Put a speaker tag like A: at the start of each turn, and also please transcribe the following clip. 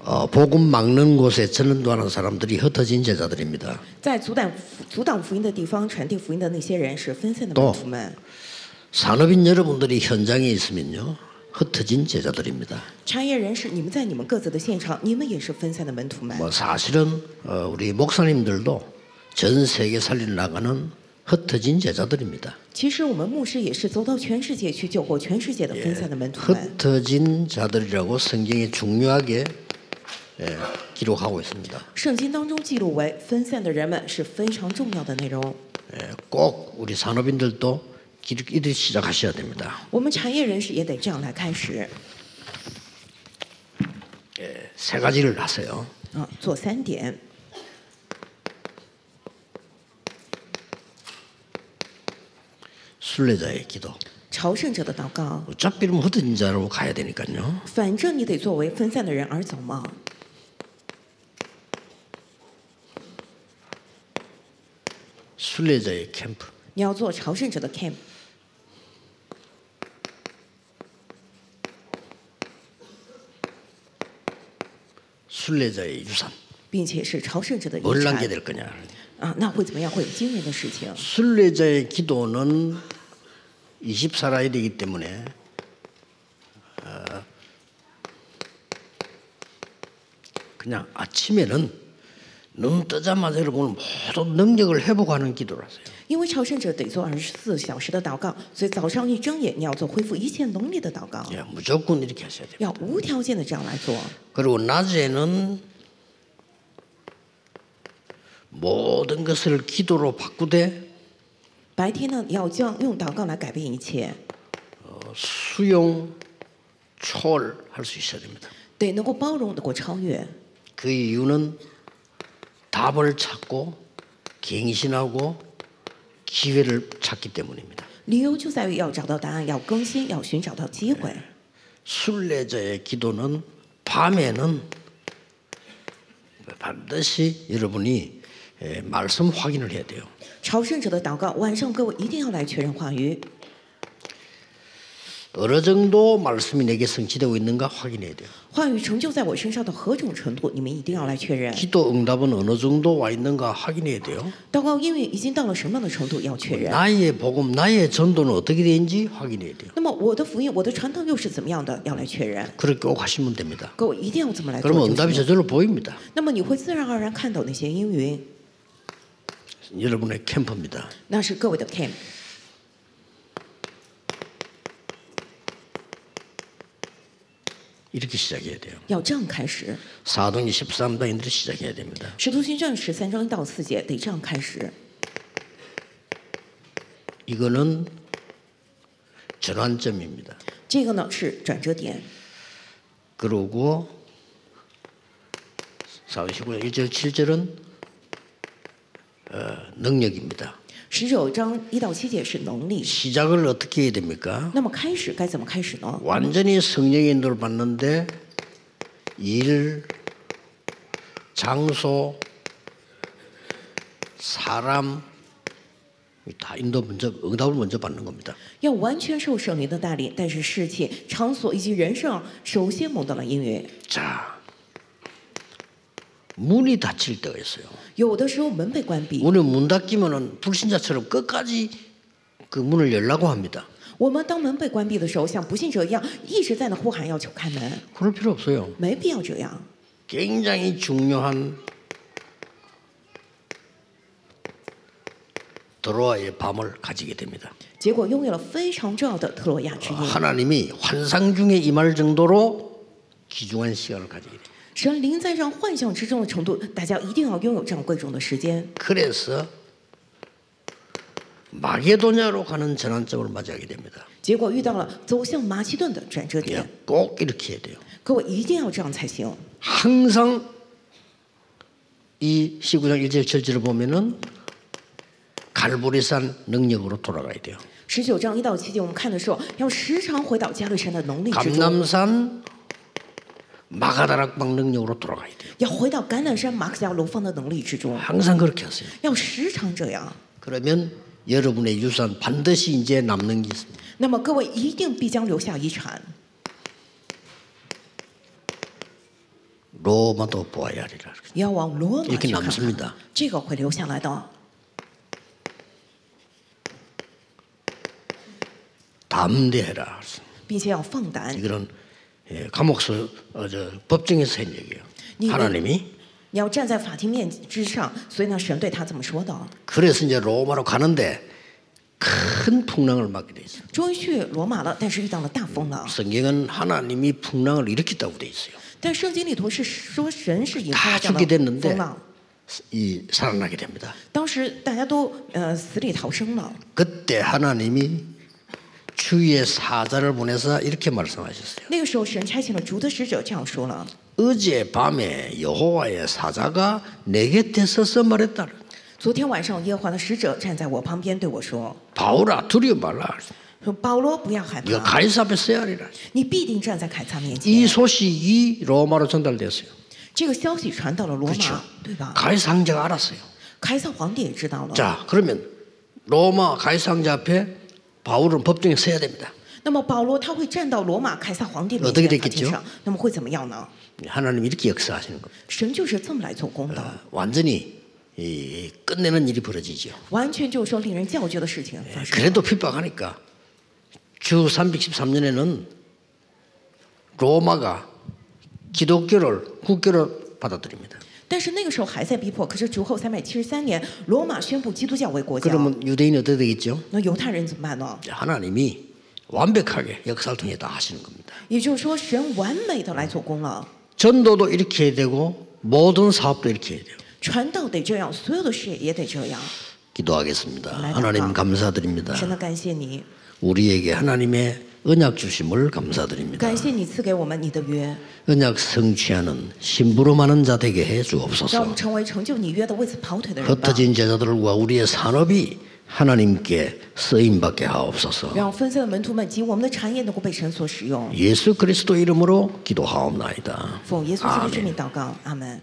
A: 어, 복음 막는 곳에 전도하는 사람들이 흩어진 제자들입니다.
B: 在阻挡阻挡福音的地方传递福音的那些人是分散的门徒们。
A: 산업인 여러분들이 현장에 있으면요 흩어진 제자들입니다.
B: 产业人士，你们在你们各自的现场，你们也是分散的门徒们。
A: 뭐 사실은 어, 우리 목사님들도 전 세계 살리러 나가는 흩어진 제자들입니다.
B: 其实我们牧师也是走到全世界去救活全世界的分散的门徒们。
A: 흩어진 자들이라고 성경이 중요하게 예, 기록하고 있습니다.
B: 圣经当中记录为分散的人们是非常重要的内容。
A: 예, 꼭 우리 산업인들도 길- 이들 시작하셔야 됩니다.
B: 我们产业人士也得这样来开始
A: 세 가지를 하세요.
B: 啊，做三点。
A: 순례자의 기도.
B: 朝圣者的祷告，
A: 어차피 이러면 흩어진 자로 가야 되니까요.
B: 反正你得作为分散的人而走嘛。
A: 순례자의 캠프.
B: 你要做朝圣者的 camp，
A: 순례자의 유산.
B: 并且是朝圣者的
A: 뭘
B: 遗产
A: 남게 될 거냐.
B: 啊，那会怎么样？会有惊人的事情。
A: 순례자의 기도는 24라일이기 때문에 어, 그냥 아침에는 눈 뜨자마자 여러분 모든 능력을 회복하는 기도를 하세요.
B: 因为朝圣者得做二十四小时的祷告，所以早上一睁眼，你要做恢复一切能力的祷告，
A: 예, 무조건 이렇게 하셔야 돼요.
B: 要无条件的这样来做。
A: 그리고 낮에는 모든 것을 기도로 바꾸되
B: 白天呢，你要将用祷告来改变一切，
A: 수용, 초월할 수 있어야 됩니다.
B: 得能够包容，能够超越。
A: 그 이유는 답을 찾고 갱신하고 기회를 찾기 때문입니다.
B: 理由就在于要找到答案，要更新，要寻找到机会。
A: 순례자의 기도는 밤에는 반드시 여러분이 예, 말씀 확인을 해야 돼요.
B: 朝圣者的祷告，晚上各位一定要来确认话语，
A: 어느 정도 말씀이 내게 성취되고 있는가 확인해야 돼요.
B: 话语成就在我身上到何种程度，你们一定要来确认。
A: 기도 응답은 어느 정도 와 있는가 확인해야 돼요.
B: 祷告应允已经到了什么样的程度，要确认。
A: 나의 복음, 나의 전도는 어떻게 되는지 확인해야 돼요.
B: 那么我的福音，我的传道又是怎么样的，要来确认。
A: 그렇게 꼭 하시면 됩니다.
B: 各位一定要这么来做
A: 네, 그러면
B: 就行
A: 응답이 저절로 보입니다.
B: 那么你会自然而然看到那些阴云，
A: 여러분의 캠프입니다.
B: 那是各位的 cam。
A: 이렇게 시작해야 돼요.
B: 要这样开始，
A: 사도행 13장인들 시작해야 됩니다.
B: 《使徒行传》十三章一到四节得这样开始。
A: 이거는 전환점입니다.
B: 这个呢是转折点，
A: 그러고 사도행 19장 1절 7절은 어, 능력입니다.
B: 十九章一到七节是能力。
A: 시작을 어떻게 해야 됩니까?
B: 那么开始该怎么开始呢？
A: 완전히 성령의 인도를 받는데 일, 장소, 사람 다 인도 먼저 응답을 먼저 받는 겁니다.
B: 要完全受圣灵的带领，但是事情、场所以及人上首先蒙到了应允。
A: 자, 문이 닫힐 때가 있어요.
B: 有的时候门被关闭，
A: 문을 문 닫기면은 불신자처럼 끝까지 그 문을 열라고 합니다.
B: 我们当门被关闭的时候，像不信者一样一直在那呼喊要求开门，
A: 그럴 필요 없어요.
B: 没必要这样。
A: 굉장히 중요한 드로아의 밤을 가지게 됩니다.
B: 结果拥有了非常重要的特洛亚之夜。
A: 하나님이 환상 중에 임할 정도로 귀중한 시간을 가지게 됩니다.
B: 神临在上幻想之中的程度，大家一定要拥有这样贵重的时间。
A: 그래서 마게도냐로 가는 전환점을 맞이하게 됩니다.
B: 结果遇到了走向马其顿的转折
A: 예,
B: 点，
A: 꼭 이렇게 해야 돼요.
B: 各位一定要这样才行。
A: 항상 이 19장 1절 7절을 보면은 갈보리산 능력으로 돌아가야 돼요.
B: 十九章一到七节，我们看的时候，要时常回到加略山的能力之中，
A: 감남산 마가다락방 능력으로 돌아가야 돼요.
B: 要回到橄榄山马克加楼方的能力之中，
A: 항상 그렇게 하세요.
B: 要时常这样。
A: 그러면 여러분의 유산 반드시 이제 남는 게 있습니다.
B: 那么各位一定必将留下遗产，
A: 로마도 보아야리라.
B: 要往罗马
A: 이렇게
B: 去看
A: 남습니
B: 看
A: 다 ，
B: 这个会留下来的。
A: 담대해라.
B: 并且要放胆，
A: 이거는 예, 감옥서 어, 저, 법정에서 한 얘기예요.
B: 네, 네.
A: 하나님이
B: 你要站在法庭面之上。所以呢，神对他这么说的。
A: 그래서 이제 로마로 가는데 큰 풍랑을 맞게 돼 있어요.
B: 终于去罗马了，但是遇到了大风浪。
A: 성경은 하나님이 풍랑을 일으켰다고 돼 있어요.
B: 但圣经里头是说神是引
A: 다
B: 发这样
A: 죽게
B: 的
A: 됐는데
B: 风浪，
A: 이 살아나게 됩니다.
B: 当时大家都呃死里逃生了。
A: 그때 하나님이 주의 사자를 보내서 이렇게 말씀하셨어요.
B: 那个时候，神差遣了主的使者，这样说了：
A: 어제 밤에 여호와의 사자가 내 곁에 서서 말했다.
B: 昨天晚上，耶和华的使者站在我旁边对我说
A: 바울아 두려워 말라. ：“
B: 说保罗，不要害
A: 네가
B: 怕，
A: 가이사 앞에 서야 하리라.
B: 你必定站在凯撒面前。
A: 이 소식이 로마로 전달됐어요. ”
B: 这个消息传到了罗
A: 그렇죠
B: 马，对吧？
A: 가이사 황제가 알았어요.
B: 凯撒皇帝也知道了。
A: 자 그러면 로마 가이사 황제 앞에 바울은 법정에 서야 됩니다.
B: 那么保罗他会站到罗马凯撒皇帝面
A: 어떻게
B: 前
A: 됐겠죠
B: 法庭上，那么会怎么样呢？
A: 하나님 이렇게 역사하시는 겁니다.
B: 神就是这么来做工的，
A: 완전히 이, 끝내는 일이 벌어지죠.
B: 完全就是说令人叫绝的事情发生。
A: 그래도 핍박하니까 주 313년에는 로마가 기독교를 국교로 받아들입니다.
B: 但是那个时候还在逼迫，可是主后三百七十三年，罗马宣布基督教为国家，
A: 그러면 유대인이 어떻게 되겠죠?
B: 那犹太人怎么办呢？
A: 하나님이 완벽하게 역사를 통해 다 하시는 겁니다.
B: 也就是说，神完美的来做工了，
A: 전도도 이렇게 해야 되고 모든 사업도 이렇게 해야 돼요.
B: 传道得这样，所有的事业也得这样。
A: 기도하겠습니다.
B: 네,
A: 하나님
B: 감사합니다.
A: 감사드립니다.
B: 神的啊感谢你，
A: 우리에게 하나님의 언약 주심을 감사드립니다.
B: 感谢你赐给我们你的约，
A: 언약 성취하는 심부름하는 자 되게 해
B: 让我们
A: 주옵소서.
B: 成为成就你约的为此跑腿的人吧。
A: 흩어진 제자들과 우리의 산업이 하나님께 쓰임받게 하옵소서.
B: 让分散的门徒们及我们的产业能够被神所使用。
A: 예수 그리스도 이름으로 기도하옵나이다.
B: 奉耶稣基督之名祷告，阿门。